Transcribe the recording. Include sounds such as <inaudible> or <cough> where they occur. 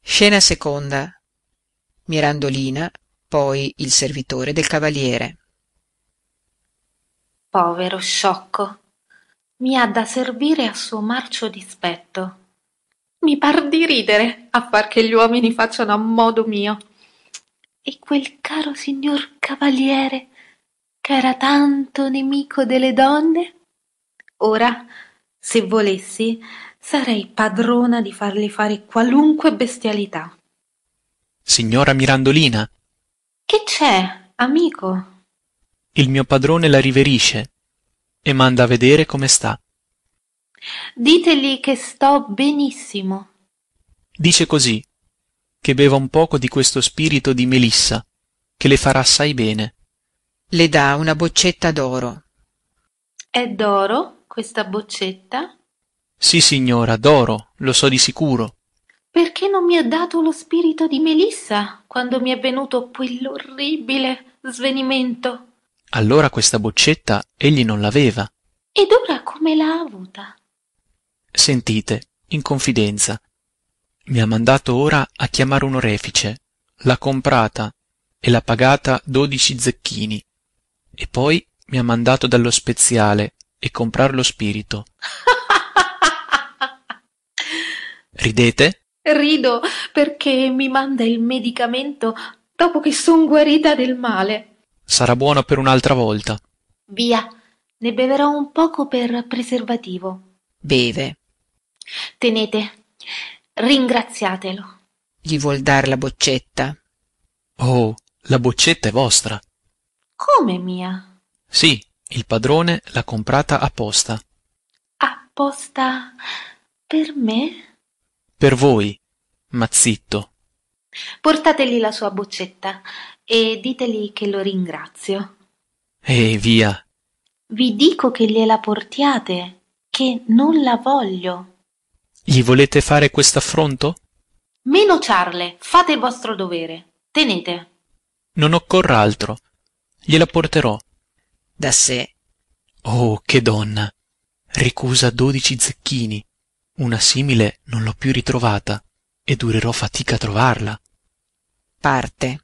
scena seconda mirandolina poi il servitore del cavaliere povero sciocco i ha da servire a suo marcio dispetto i par di ridere a far che gli uomini facciano a modo mio e quel caro signor cavaliere ch'era tanto nemico delle donne ora se volessi sarei padrona di fargli fare qualunque bestialità signora mirandolina che c'è amico il mio padrone la riverisce e manda a vedere come sta ditegli che sto benissimo dice così che beva un poco di questo spirito di melissa che le farà assai bene le dà una boccetta d'oro è d'oro questa boccetta sì signora d'oro lo so di sicuro perché non mi ha dato lo spirito di melissa quando mi è venuto quell'orribile svenimento allora questa boccetta egli non l'aveva ed ora come l'ha avuta <laughs> sentite in confidenza mi ha mandato ora a chiamare un orefice l'ha comprata e l'ha pagata dodici zecchini e poi mi ha mandato dallo speziale e comprar lo spirito ridete rido perché mi manda il medicamento dopo che son guarita del male sarà buono per un'altra volta via ne beverò un poco per preservativo. Beve. Tenete, ringraziatelo. Gli vuol dar la boccetta. Oh, la boccetta è vostra. Come mia? Sì, il padrone l'ha comprata apposta. Apposta per me? Per voi, mazzitto. Portateli la sua boccetta e diteli che lo ringrazio. Eh, via, vi dico che gliela portiate, che non la voglio. Gli volete fare quest'affronto? Meno ciarle, fate il vostro dovere. Tenete. Non occorra altro. Gliela porterò. Da sé. Oh, che donna! Ricusa dodici zecchini. Una simile non l'ho più ritrovata e durerò fatica a trovarla. Parte.